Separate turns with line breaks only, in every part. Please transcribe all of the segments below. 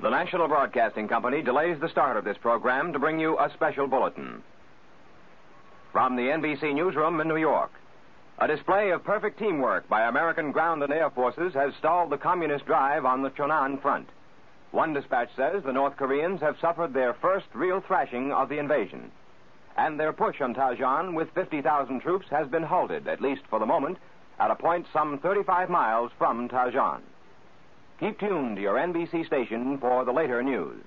The National Broadcasting Company delays the start of this program to bring you a special bulletin. From the NBC newsroom in New York, a display of perfect teamwork by American ground and air forces has stalled the communist drive on the Chonan front. One dispatch says the North Koreans have suffered their first real thrashing of the invasion. And their push on Tajan with 50,000 troops has been halted, at least for the moment, at a point some 35 miles from Tajan. Keep tuned to your NBC station for the later news.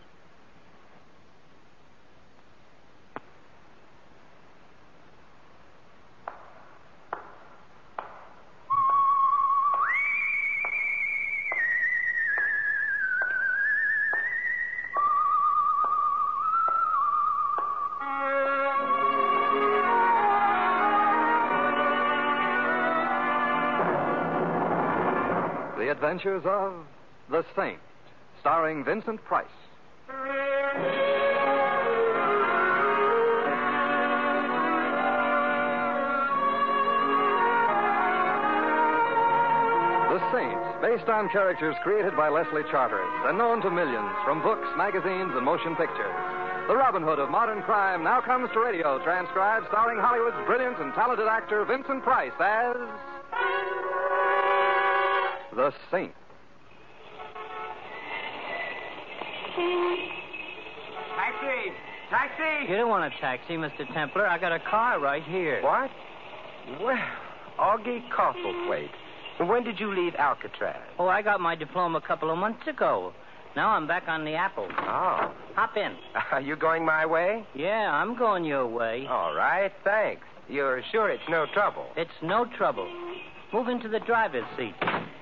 The Adventures of the Saint, starring Vincent Price. The Saint, based on characters created by Leslie Charteris and known to millions from books, magazines, and motion pictures. The Robin Hood of modern crime now comes to radio, transcribed starring Hollywood's brilliant and talented actor Vincent Price as. The Saint.
Taxi! Taxi!
You don't want a taxi, Mr. Templar. I got a car right here.
What? Well, Augie Castlethwaite. When did you leave Alcatraz?
Oh, I got my diploma a couple of months ago. Now I'm back on the apple.
Oh.
Hop in.
Are you going my way?
Yeah, I'm going your way.
All right, thanks. You're sure it's no trouble?
It's no trouble. Move into the driver's seat.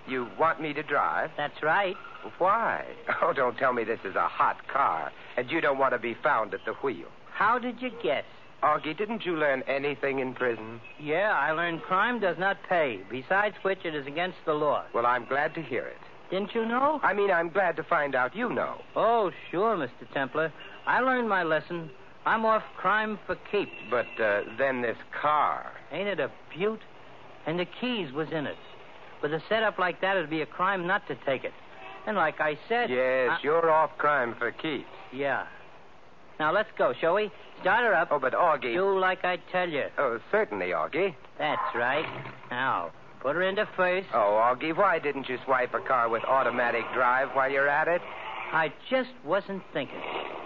You want me to drive?
That's right.
Why? Oh, don't tell me this is a hot car and you don't want to be found at the wheel.
How did you guess?
Augie, didn't you learn anything in prison?
Yeah, I learned crime does not pay. Besides which, it is against the law.
Well, I'm glad to hear it.
Didn't you know?
I mean, I'm glad to find out you know.
Oh, sure, Mr. Templar. I learned my lesson. I'm off crime for keeps.
But uh, then this car.
Ain't it a beaut? And the keys was in it. With a setup like that, it'd be a crime not to take it. And like I said.
Yes,
I-
you're off crime for keeps.
Yeah. Now let's go, shall we? Start her up.
Oh, but Augie.
Do like I tell you.
Oh, certainly, Augie.
That's right. Now, put her into first.
Oh, Augie, why didn't you swipe a car with automatic drive while you're at it?
I just wasn't thinking.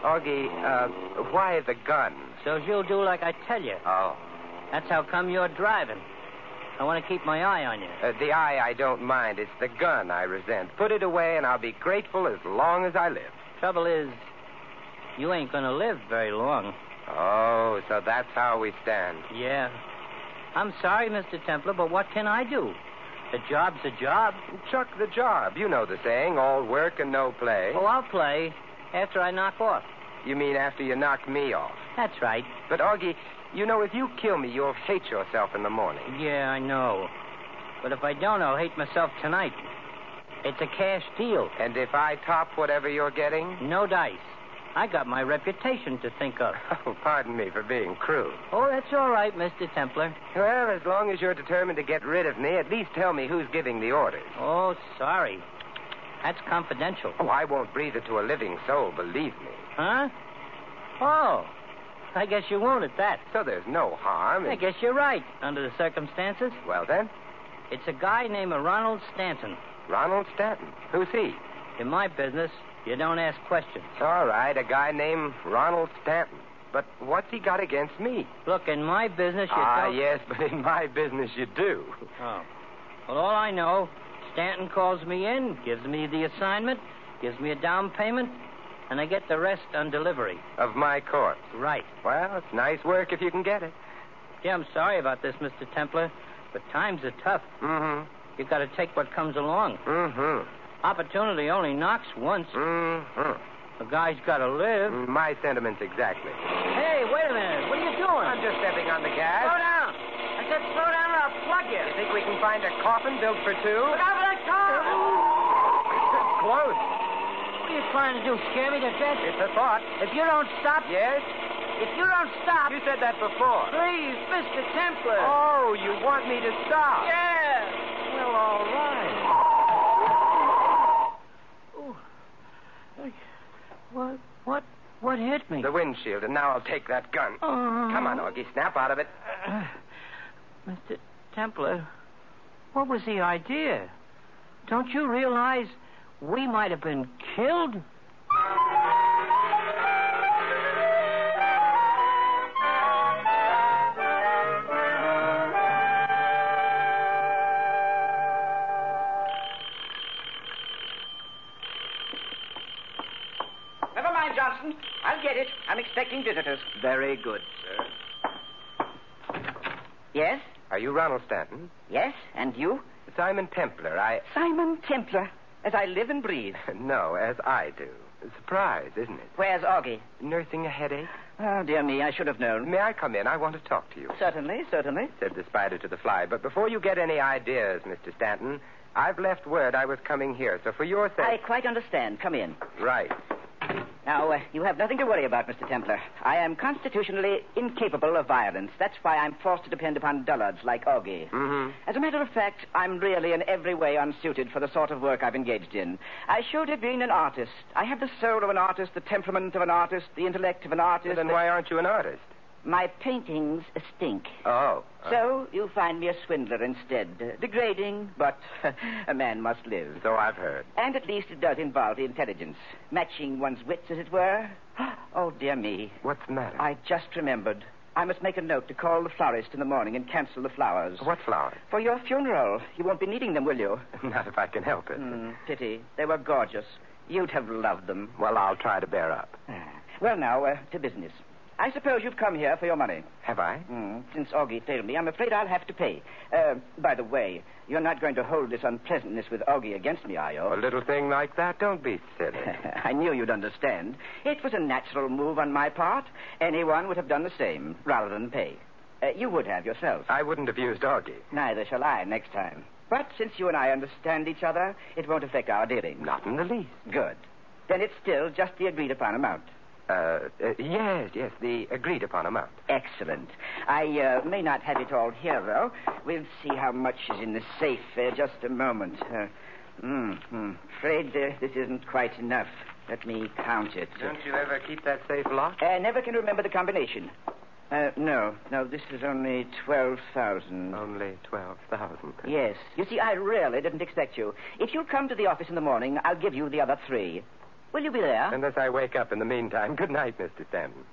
Augie, uh, why the gun?
So you'll do like I tell you.
Oh.
That's how come you're driving. I want to keep my eye on you.
Uh, the eye I don't mind. It's the gun I resent. Put it away, and I'll be grateful as long as I live.
Trouble is, you ain't going to live very long.
Oh, so that's how we stand.
Yeah. I'm sorry, Mr. Templar, but what can I do? A job's a job.
Chuck the job. You know the saying, all work and no play.
Oh, I'll play after I knock off.
You mean after you knock me off.
That's right.
But, Augie, you know, if you kill me, you'll hate yourself in the morning.
Yeah, I know. But if I don't, I'll hate myself tonight. It's a cash deal.
And if I top whatever you're getting?
No dice. I got my reputation to think of.
Oh, pardon me for being crude.
Oh, that's all right, Mr. Templar.
Well, as long as you're determined to get rid of me, at least tell me who's giving the orders.
Oh, sorry. That's confidential.
Oh, I won't breathe it to a living soul, believe me.
Huh? Oh. I guess you won't at that.
So there's no harm. in-
I guess you're right, under the circumstances.
Well, then,
It's a guy named Ronald Stanton.
Ronald Stanton. Who's he?
In my business, You don't ask questions.
All right, a guy named Ronald Stanton. But what's he got against me?
Look, in my business, you
ah,
don't...
yes, but in my business you do.
Oh. Well, all I know, Stanton calls me in, gives me the assignment, gives me a down payment, and I get the rest on delivery.
Of my corpse.
Right.
Well, it's nice work if you can get it.
Gee, I'm sorry about this, Mr. Templar, but times are tough.
Mm-hmm.
You've got to take what comes along.
Mm-hmm.
Opportunity only knocks once.
Mm-hmm. Mm,
A guy's got to live.
My sentiments exactly.
Hey, wait a minute. What are you doing?
I'm just stepping on the
Slow
gas.
down. I said slow down or I'll plug you.
Think we can find a coffin built for
Look
two?
out for that car.
Close.
What are you trying to do, scare me to death?
It's a thought.
If you don't stop,
Yes?
if you don't stop,
You said that before.
please, Mr. Templar.
Oh, you want me to stop?
Yeah. Well, all right. What? What? What hit me?
The windshield, and now I'll take that gun.
Oh.
Come on, Augie, snap out of it.
Mr. Uh, Templar, what was the idea? Don't you realize we might have been killed?
Never mind, Johnson. I'll get it. I'm expecting visitors.
Very good, sir.
Yes?
Are you Ronald Stanton?
Yes? And you?
Simon Templar, I.
Simon Templar. As I live and breathe.
No, as I do. Surprise, isn't it?
Where's Augie?
Nursing a headache?
Oh, dear me, I should have known.
May I come in? I want to talk to you,
Certainly, certainly.
said the spider to the fly. But before you get any ideas, Mr. Stanton, I've left word I was coming here. So for your
I
sake.
quite understand. Come in.
Right.
Now, uh, you have nothing to worry about, Mr. Templar. I am constitutionally incapable of violence. That's why I'm forced to depend upon dullards like Augie.
Mm hmm.
As a matter of fact, I'm really in every way unsuited for the sort of work I've engaged in. I should have been an artist. I have the soul of an artist, the temperament of an artist, the intellect of an artist.
Then
the-
why aren't you an artist?
My paintings stink.
Oh. uh,
So you find me a swindler instead. Uh, Degrading, but a man must live.
so I've heard.
And at least it does involve the intelligence. Matching one's wits, as it were. Oh, dear me.
What's the matter?
I just remembered. I must make a note to call the florist in the morning and cancel the flowers.
What flowers?
For your funeral. You won't be needing them, will you?
Not if I can help it.
Hmm, pity. They were gorgeous. You'd have loved them.
Well, I'll try to bear up.
Ah, Well, now, uh, to business. I suppose you've come here for your money.
Have I?
Hmm, since Augie failed me, I'm afraid I'll have to pay. Uh, by the way, you're not going to hold this unpleasantness with Augie against me, are
A
you?
little thing like that? Don't be silly.
I knew you'd understand. It was a natural move on my part. Anyone would have done the same, rather than pay. Uh, you would have yourself.
I wouldn't have used Augie.
Neither shall I next time. But since you and I understand each other, it won't affect our dealing.
Not in the least.
Good. Then it's still just the agreed upon amount.
Uh, uh, yes, yes, the agreed upon amount.
Excellent. I uh, may not have it all here, though. We'll see how much is in the safe. Uh, just a moment. Uh, mm, mm, afraid uh, this isn't quite enough. Let me count it.
Don't you ever keep that safe locked?
I never can remember the combination. Uh, no, no, this is only 12,000.
Only 12,000.
Yes. You see, I really didn't expect you. If you'll come to the office in the morning, I'll give you the other three. Will you be there?
Unless I wake up in the meantime. Good night, Mr. Stanton.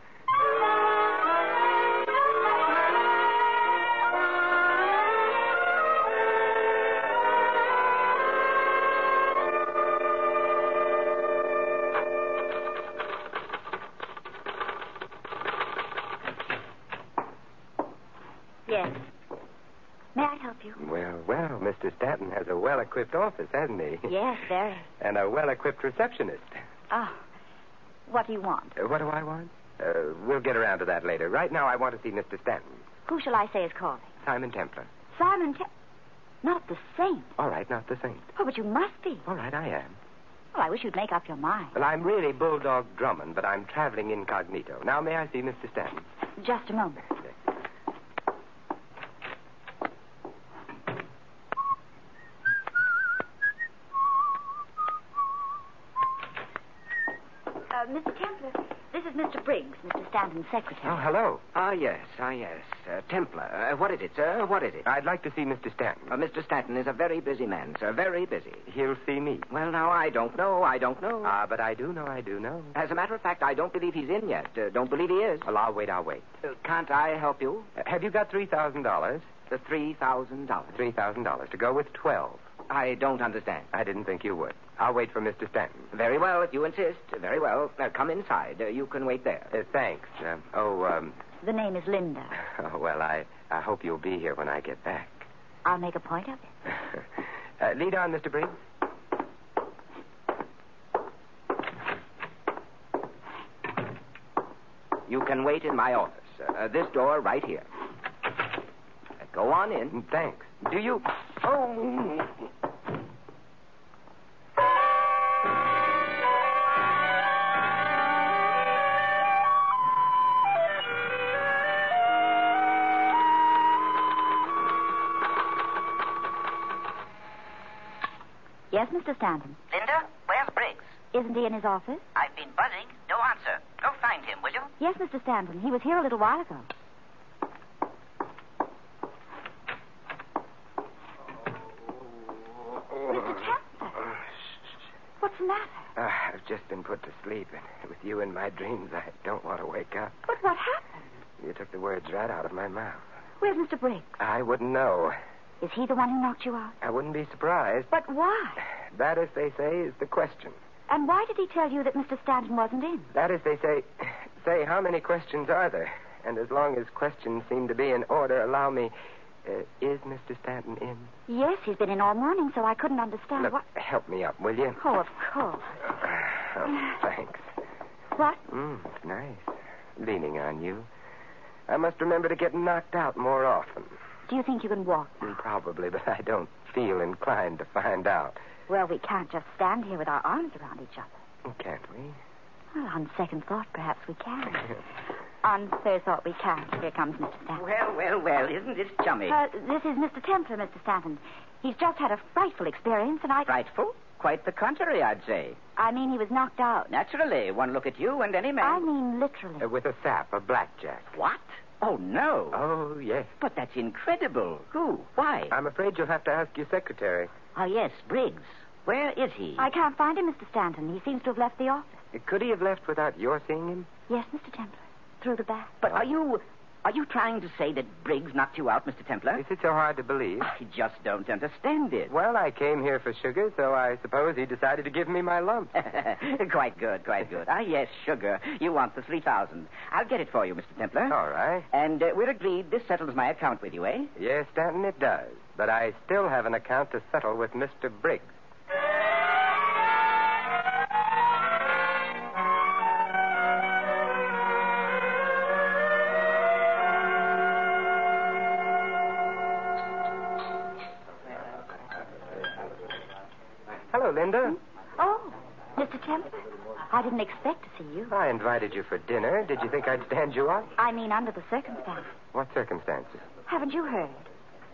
Yes. May I help you?
Well, well, Mr. Stanton has a well equipped office, hasn't he?
Yes, very.
And a well equipped receptionist.
Oh. What do you want?
Uh, what do I want? Uh, we'll get around to that later. Right now, I want to see Mr. Stanton.
Who shall I say is calling?
Simon Templar.
Simon Te- Not the saint.
All right, not the saint.
Oh, but you must be.
All right, I am.
Well, I wish you'd make up your mind.
Well, I'm really Bulldog Drummond, but I'm traveling incognito. Now, may I see Mr. Stanton?
Just a moment. Uh, Mr. Templar, this is Mr. Briggs, Mr. Stanton's secretary.
Oh, hello.
Ah, yes, ah, yes. Uh, Templar. Uh, what is it, sir? What is it?
I'd like to see Mr. Stanton.
Uh, Mr. Stanton is a very busy man, sir. Very busy.
He'll see me.
Well, now, I don't know. I don't know.
Ah, but I do know, I do know.
As a matter of fact, I don't believe he's in yet. Uh, don't believe he is.
Well, I'll wait, I'll wait.
Uh, can't I help you?
Uh, have you got $3,000?
The $3,000.
$3,000 to go with 12.
I don't understand. Uh,
I didn't think you would. I'll wait for Mr. Stanton.
Very well, if you insist. Very well. Uh, come inside. Uh, you can wait there.
Uh, thanks. Uh, oh, um,
The name is Linda.
oh, well, I, I hope you'll be here when I get back.
I'll make a point of it.
uh, lead on, Mr. Briggs.
You can wait in my office. Uh, this door right here. Uh, go on in.
Thanks.
Do you. Oh.
Yes, Mr. Stanton.
Linda, where's Briggs?
Isn't he in his office?
I've been buzzing. No answer. Go find him, will you?
Yes, Mr. Stanton. He was here a little while ago. Mr. Templar, what's the matter?
Uh, I've just been put to sleep, and with you in my dreams, I don't want to wake up.
But what happened?
You took the words right out of my mouth.
Where's Mr. Briggs?
I wouldn't know.
Is he the one who knocked you out?
I wouldn't be surprised.
But why?
That, as they say, is the question.
And why did he tell you that Mr. Stanton wasn't in?
That is, they say, say, how many questions are there? And as long as questions seem to be in order, allow me. Uh, is Mr. Stanton in?
Yes, he's been in all morning, so I couldn't understand
Look,
what.
help me up, will you?
Oh, of course.
Oh, thanks.
What?
Mm, it's nice. Leaning on you. I must remember to get knocked out more often.
Do you think you can walk?
Mm, Probably, but I don't feel inclined to find out.
Well, we can't just stand here with our arms around each other.
Can't we?
Well, on second thought, perhaps we can. on third thought, we can't. Here comes Mr. Stanton.
Well, well, well. Isn't this chummy?
Uh, this is Mr. Templar, Mr. Stanton. He's just had a frightful experience, and I.
Frightful? Quite the contrary, I'd say.
I mean, he was knocked out.
Naturally, one look at you and any man.
I mean, literally.
Uh, with a sap, a blackjack.
What? Oh, no.
Oh, yes.
But that's incredible. Who? Why?
I'm afraid you'll have to ask your secretary.
oh, yes, Briggs. Where is he?
I can't find him, Mr. Stanton. He seems to have left the office.
Could he have left without your seeing him?
Yes, Mr. Templar. Through the back.
But are you. Are you trying to say that Briggs knocked you out, Mr. Templar?
Is it so hard to believe?
I just don't understand it.
Well, I came here for sugar, so I suppose he decided to give me my lump.
quite good, quite good. Ah, yes, sugar. You want the 3000 I'll get it for you, Mr. Templar.
All right.
And uh, we're agreed this settles my account with you, eh?
Yes, Stanton, it does. But I still have an account to settle with Mr. Briggs. Hello, Linda.
Oh, Mr. Templar. I didn't expect to see you.
I invited you for dinner. Did you think I'd stand you up?
I mean, under the circumstances.
What circumstances?
Haven't you heard?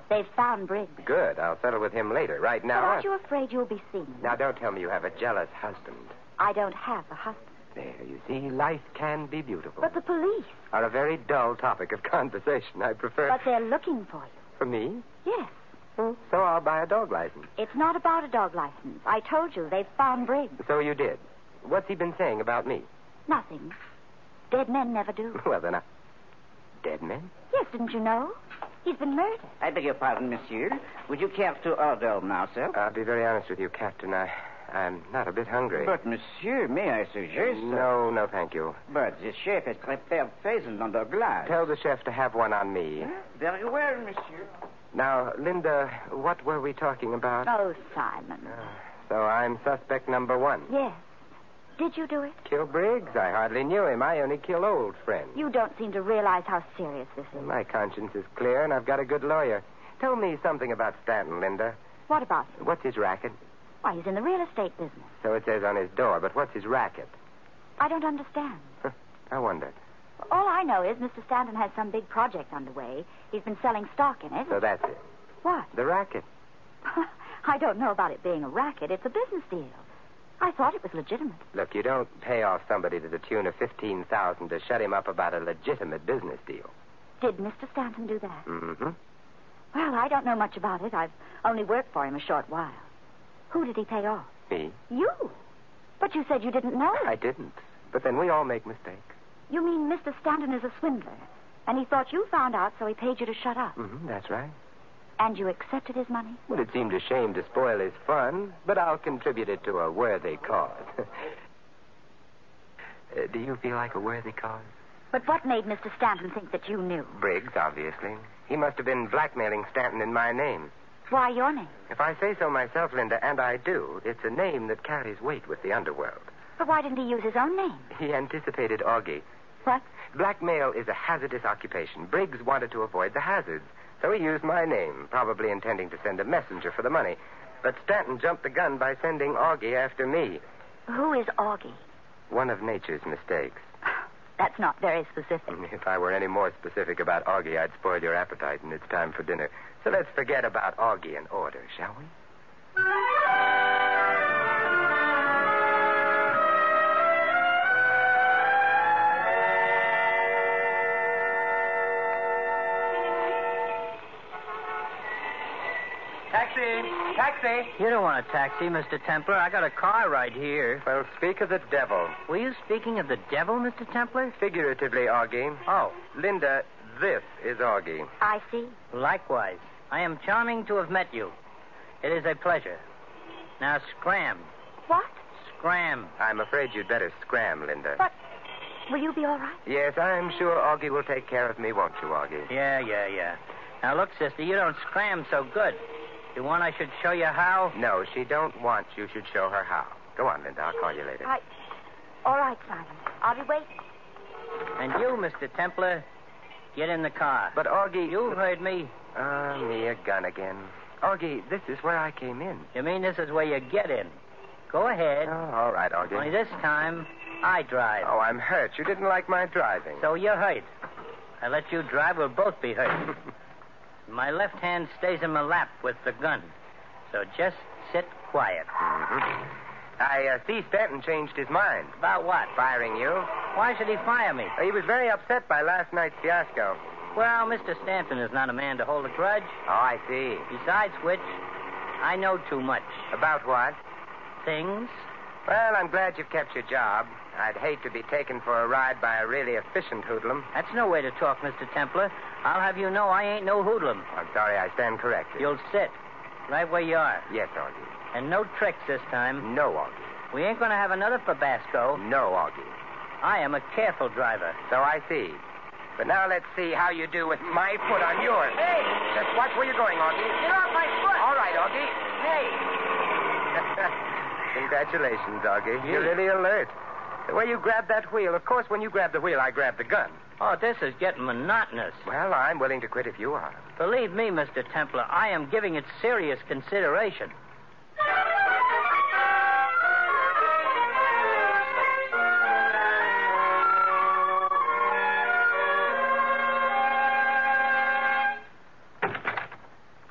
They've found Briggs.
Good. I'll settle with him later. Right
But
now. I-
aren't you afraid you'll be seen?
Now, don't tell me you have a jealous husband.
I don't have a husband.
There, you see, life can be beautiful.
But the police.
Are a very dull topic of conversation. I prefer.
But they're looking for you.
For me? Hmm?
Yes.
So I'll buy a dog license.
It's not about a dog license. I told you they've found Briggs.
So you did. What's he been saying about me?
Nothing. Dead men never do.
Well, then I. Dead men?
Yes, didn't you know? He's been murdered.
I beg your pardon, monsieur. Would you care to order now, sir?
I'll be very honest with you, Captain. I, I'm not a bit hungry.
But, monsieur, may I suggest...
no, no, thank you.
But the chef has prepared pheasant under glass.
Tell the chef to have one on me.
Very well, monsieur.
Now, Linda, what were we talking about?
Oh, Simon.
So I'm suspect number one.
Yes. Did you do it?
Kill Briggs? I hardly knew him. I only kill old friends.
You don't seem to realize how serious this is.
My conscience is clear, and I've got a good lawyer. Tell me something about Stanton, Linda.
What about him?
What's his racket?
Why, he's in the real estate business.
So it says on his door, but what's his racket?
I don't understand.
I wonder.
All I know is Mr. Stanton has some big project underway. He's been selling stock in it.
So that's it.
What?
The racket.
I don't know about it being a racket. It's a business deal. I thought it was legitimate.
Look, you don't pay off somebody to the tune of 15000 to shut him up about a legitimate business deal.
Did Mr. Stanton do that?
Mm-hmm.
Well, I don't know much about it. I've only worked for him a short while. Who did he pay off?
Me?
You. But you said you didn't know.
I didn't. But then we all make mistakes.
You mean Mr. Stanton is a swindler, and he thought you found out, so he paid you to shut up,
Mm-hmm, that's right.
and you accepted his money?
Well, it seemed a shame to spoil his fun, but I'll contribute it to a worthy cause. Uh, do you feel like a worthy cause?
But what made Mr. Stanton think that you knew?
Briggs, obviously. He must have been blackmailing Stanton in my name.
Why your name?
If I say so myself, Linda, and I do, it's a name that carries weight with the underworld.
But why didn't he use his own name?
He anticipated Augie.
What?
Blackmail is a hazardous occupation. Briggs wanted to avoid the hazards, so he used my name, probably intending to send a messenger for the money. But Stanton jumped the gun by sending Augie after me.
Who is Augie?
One of nature's mistakes.
That's not very specific.
If I were any more specific about Augie, I'd spoil your appetite, and it's time for dinner. So let's forget about Augie and order, shall we?
Taxi! Taxi! You don't want a taxi, Mr. Templar. I got a car right here.
Well, speak of the devil.
Were you speaking of the devil, Mr. Templar?
Figuratively, Augie.
Oh,
Linda, this is Augie.
I see.
likewise. I am charming to have met you. It is a pleasure. Now scram.
What?
Scram.
I'm afraid you'd better scram, Linda.
But will you be all right?
Yes, I'm sure Augie will take care of me, won't you, Augie?
Yeah, yeah, yeah. Now look, sister, you don't scram so good. You want I should show you how?
No, she don't want you should show her how. Go on, Linda. I'll call you later.
I. All right, Simon. I'll be waiting.
And you, Mr. Templar, get in the car.
But Augie,
you heard me.
Ah, me a gun again. Augie, this is where I came in.
You mean this is where you get in? Go ahead.
Oh, all right, Augie.
Only this time, I drive.
Oh, I'm hurt. You didn't like my driving.
So you're hurt. I let you drive, we'll both be hurt. my left hand stays in my lap with the gun. So just sit quiet.
Mm-hmm. I uh, see Stanton changed his mind.
About what?
Firing you.
Why should he fire me?
He was very upset by last night's fiasco.
Well, Mr. Stanton is not a man to hold a grudge.
Oh, I see.
Besides which, I know too much.
About what?
Things?
Well, I'm glad you've kept your job. I'd hate to be taken for a ride by a really efficient hoodlum.
That's no way to talk, Mr. Templar. I'll have you know I ain't no hoodlum.
I'm sorry, I stand corrected.
You'll sit right where you are.
Yes, Augie.
And no tricks this time.
No, Augie.
We ain't going to have another Fabasco.
No, Augie.
I am a careful driver.
So I see. But now let's see how you do with my foot on yours. Hey! Just watch where you're going, Augie. Get off my foot! All right, Augie. Hey! Congratulations, Augie. You're really alert. The way you grabbed that wheel, of course, when you grabbed the wheel, I grabbed the gun.
Oh, this is getting monotonous.
Well, I'm willing to quit if you are.
Believe me, Mr. Templar, I am giving it serious consideration.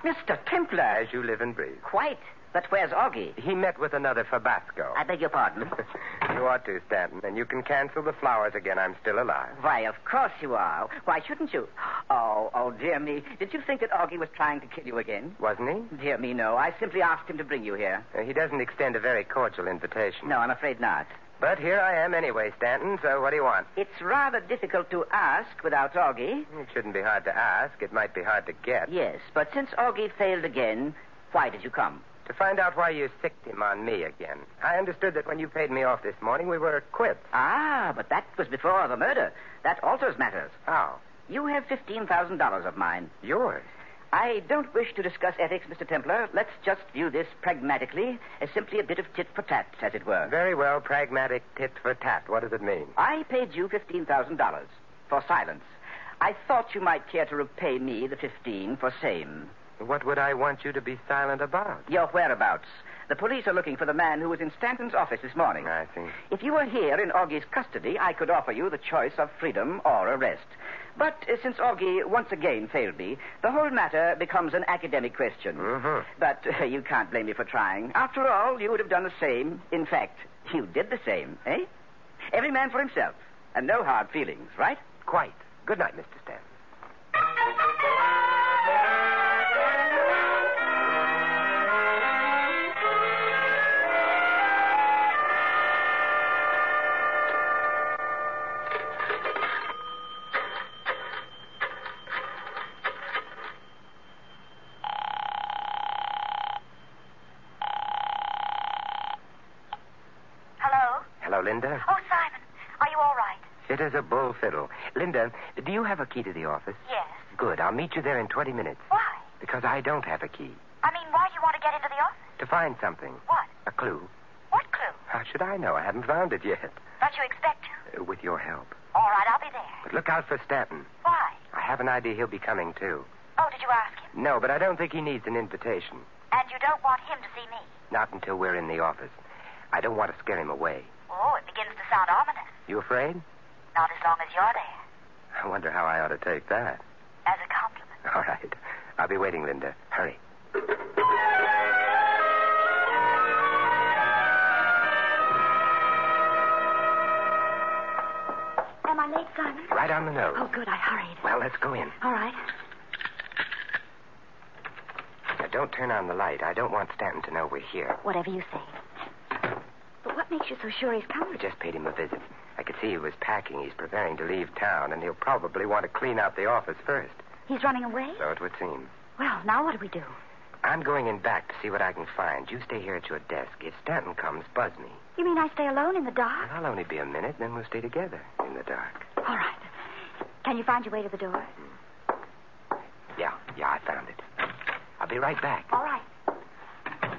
Mr. Templar.
As you live and breathe.
Quite. But where's Augie?
He met with another Fabasco.
I beg your pardon.
you ought to, Stanton, and you can cancel the flowers again. I'm still alive.
Why, of course you are. Why shouldn't you? Oh, oh, dear me. Did you think that Augie was trying to kill you again?
Wasn't he?
Dear me, no. I simply asked him to bring you here.
Uh, he doesn't extend a very cordial invitation.
No, I'm afraid not.
But here I am anyway, Stanton, so what do you want?
It's rather difficult to ask without Augie.
It shouldn't be hard to ask. It might be hard to get.
Yes, but since Augie failed again, why did you come?
To find out why you sicked him on me again. I understood that when you paid me off this morning, we were quits.
Ah, but that was before the murder. That alters matters.
How?
You have $15,000 of mine.
Yours.
I don't wish to discuss ethics, Mr. Templar. Let's just view this pragmatically as simply a bit of tit for tat, as it were.
Very well, pragmatic tit for tat. What does it mean?
I paid you $15,000 for silence. I thought you might care to repay me the 15 for same.
What would I want you to be silent about?
Your whereabouts. The police are looking for the man who was in Stanton's office this morning.
I see.
If you were here in Augie's custody, I could offer you the choice of freedom or arrest. But uh, since Augie once again failed me, the whole matter becomes an academic question.
Mhm.
But uh, you can't blame me for trying. After all, you would have done the same. In fact, you did the same, eh? Every man for himself, and no hard feelings, right?
Quite. Good night, Mr. Stanton.
Hello?
Hello, Linda.
Oh, Simon, are you all right?
It is a bull fiddle. Linda, do you have a key to the office?
Yes.
Good. I'll meet you there in 20 minutes.
Why?
Because I don't have a key.
I mean, why do you want to get into the office?
To find something.
What?
A clue.
What clue?
How should I know? I haven't found it yet.
Don't you expect to?
Uh, With your help.
All right, I'll be there.
But look out for Stanton.
Why?
I have an idea he'll be coming, too.
Oh, did you ask him?
No, but I don't think he needs an invitation.
And you don't want him to see me?
Not until we're in the office. I don't want to scare him away.
Oh, it begins to sound ominous.
You afraid?
Not as long as you're there.
I wonder how I ought to take that.
As a compliment.
All right. I'll be waiting, Linda. Hurry.
Am I late, Simon?
Right on the nose.
Oh, good. I hurried.
Well, let's go in.
All right.
Now, don't turn on the light. I don't want Stanton to know we're here.
Whatever you say. But what makes you so sure he's
I
coming?
just paid him a visit. I could see he was packing. He's preparing to leave town, and he'll probably want to clean out the office first.
He's running away?
So it would seem.
Well, now what do we do?
I'm going in back to see what I can find. You stay here at your desk. If Stanton comes, buzz me.
You mean I stay alone in the
And
dark?
I'll only be a minute, then we'll stay together in the dark.
All right. Can you find your way to the door?
Yeah, yeah, I found it. I'll be right back.
All right.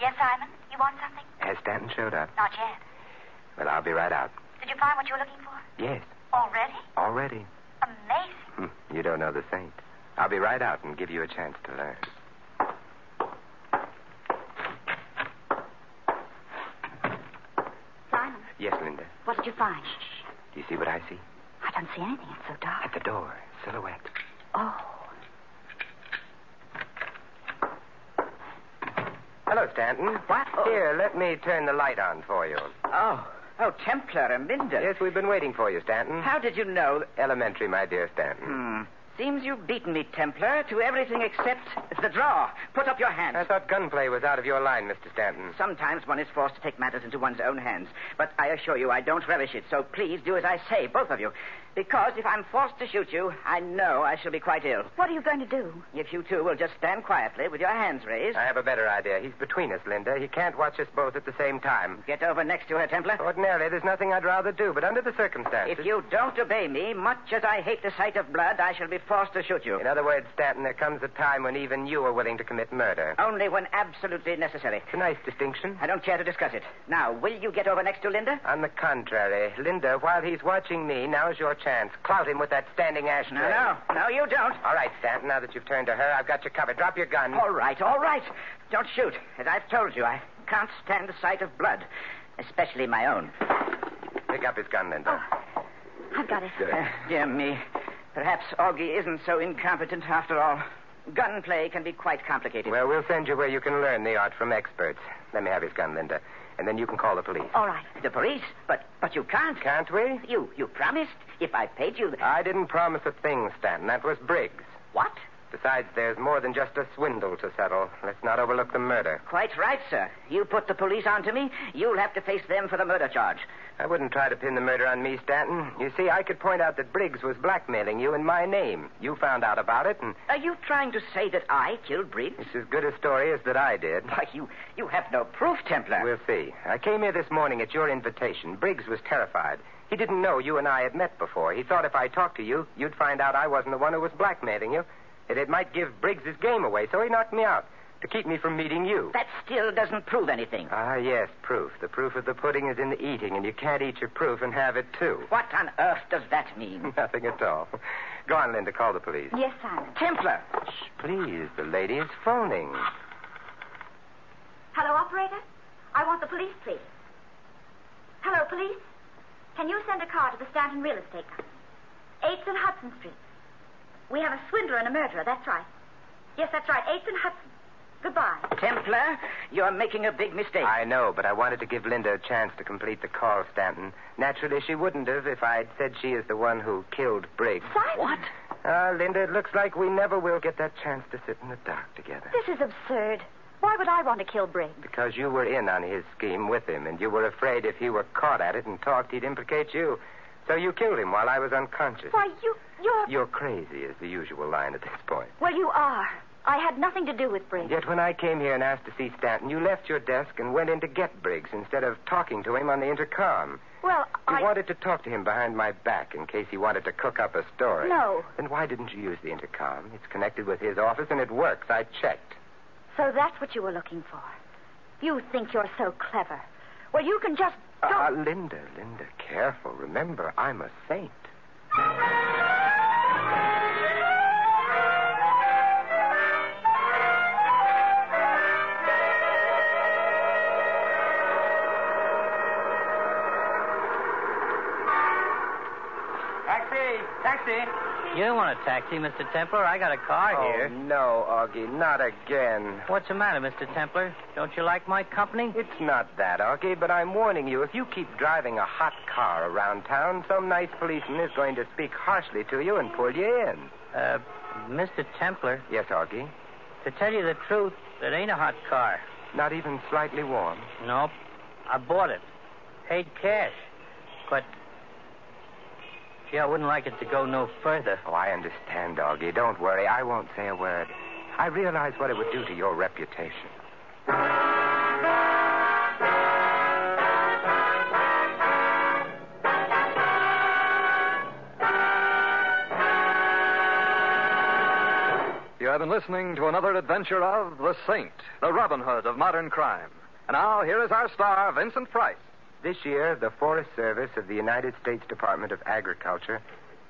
Yes, Simon? You want something?
Has Stanton showed up?
Not yet.
Well, I'll be right out.
Did you find what you were looking for?
Yes,
Already?
already.
Amazing.
Hmm, You don't know the saint. I'll be right out and give you a chance to learn.
Simon,
Yes, Linda.
what did you find?
Do you see what I see?
I don't see anything. It's so
At
dark.
the door, silhouette.
Oh.
Hello, Stanton.
What? Oh.
Here, let me turn the light on for you.
Oh, oh, Templar and Minden.
Yes, we've been waiting for you, Stanton.
How did you know?
Elementary, my dear Stanton.
Hmm. Seems you've beaten me, Templar, to everything except the draw. Put up your hand.
I thought gunplay was out of your line, Mr. Stanton.
Sometimes one is forced to take matters into one's own hands. But I assure you, I don't relish it, so please do as I say, both of you. Because if I'm forced to shoot you, I know I shall be quite ill.
What are you going to do?
If you two will just stand quietly with your hands raised.
I have a better idea. He's between us, Linda. He can't watch us both at the same time.
Get over next to her, Templar.
Ordinarily, there's nothing I'd rather do, but under the circumstances.
If you don't obey me, much as I hate the sight of blood, I shall be forced to shoot you.
In other words, Stanton, there comes a time when even you are willing to commit murder.
Only when absolutely necessary.
It's a nice distinction.
I don't care to discuss it. Now, will you get over next to Linda?
On the contrary, Linda, while he's watching me, now's your chance. Clout him with that standing ashtray.
No, no. No, you don't.
All right, Stanton, now that you've turned to her, I've got you covered. Drop your gun.
All right, all right. Don't shoot. As I've told you, I can't stand the sight of blood, especially my own.
Pick up his gun, Linda.
Oh. I've got it.
Good.
Uh, dear me. Perhaps Augie isn't so incompetent after all. Gunplay can be quite complicated.
Well, we'll send you where you can learn the art from experts. Let me have his gun, Linda, and then you can call the police.
All right.
the police? But but you can't.
Can't we? Ah.
You you promised if I paid you. the-
I didn't promise a thing, Stanton. That was Briggs.
What?
Besides, there's more than just a swindle to settle. Let's not overlook the murder.
Quite right, sir. You put the police onto me. You'll have to face them for the murder charge.
I wouldn't try to pin the murder on me, Stanton. You see, I could point out that Briggs was blackmailing you in my name. You found out about it, and
Are you trying to say that I killed Briggs?
it's as good a story as that I did.
Why, you you have no proof, Templar.
We'll see. I came here this morning at your invitation. Briggs was terrified. He didn't know you and I had met before. He thought if I talked to you, you'd find out I wasn't the one who was blackmailing you, and it might give Briggs his game away, so he knocked me out. to keep me from meeting you.
That still doesn't prove anything.
Ah, yes, proof. The proof of the pudding is in the eating, and you can't eat your proof and have it, too.
What on earth does that mean?
Nothing at all. Go on, Linda. Call the police.
Yes, Simon.
Templar.
Please, the lady is phoning.
Hello, operator? I want the police, please. Hello, police? Can you send a car to the Stanton Real Estate Company? Eighth and Hudson Street. We have a swindler and a murderer, that's right. Yes, that's right. Eighth and Hudson. Goodbye.
Templar, you're making a big mistake.
I know, but I wanted to give Linda a chance to complete the call, Stanton. Naturally, she wouldn't have if I'd said she is the one who killed Briggs.
Simon!
What?
Ah, Linda, it looks like we never will get that chance to sit in the dark together.
This is absurd. Why would I want to kill Briggs?
Because you were in on his scheme with him, and you were afraid if he were caught at it and talked, he'd implicate you. So you killed him while I was unconscious.
Why, you, you're.
You're crazy, is the usual line at this point.
Well, you are. I had nothing to do with Briggs.
Yet when I came here and asked to see Stanton, you left your desk and went in to get Briggs instead of talking to him on the intercom.
Well,
You
I.
wanted to talk to him behind my back in case he wanted to cook up a story.
No.
Then why didn't you use the intercom? It's connected with his office and it works. I checked.
So that's what you were looking for. You think you're so clever. Well, you can just. go-
Ah, Linda, Linda, careful. Remember, I'm a saint.
Taxi! Taxi! You don't want a taxi, Mr. Templar. I got a car
Oh,
here.
no, Augie, not again.
What's the matter, Mr. Templar? Don't you like my company?
It's not that, Augie, but I'm warning you. If you keep driving a hot car around town, some nice policeman is going to speak harshly to you and pull you in.
Uh, Mr. Templar,
Yes, Augie.
to tell you the truth, it ain't a hot car.
Not even slightly warm.
Nope. I bought it. Paid cash. But. Gee, I wouldn't like it to go no further.
Oh, I understand, Augie. Don't worry. I won't say a word. I realize what it would do to your reputation.
You have been listening to another adventure of The Saint, the Robin Hood of modern crime. And now, here is our star, Vincent Price.
This year, the Forest Service of the United States Department of Agriculture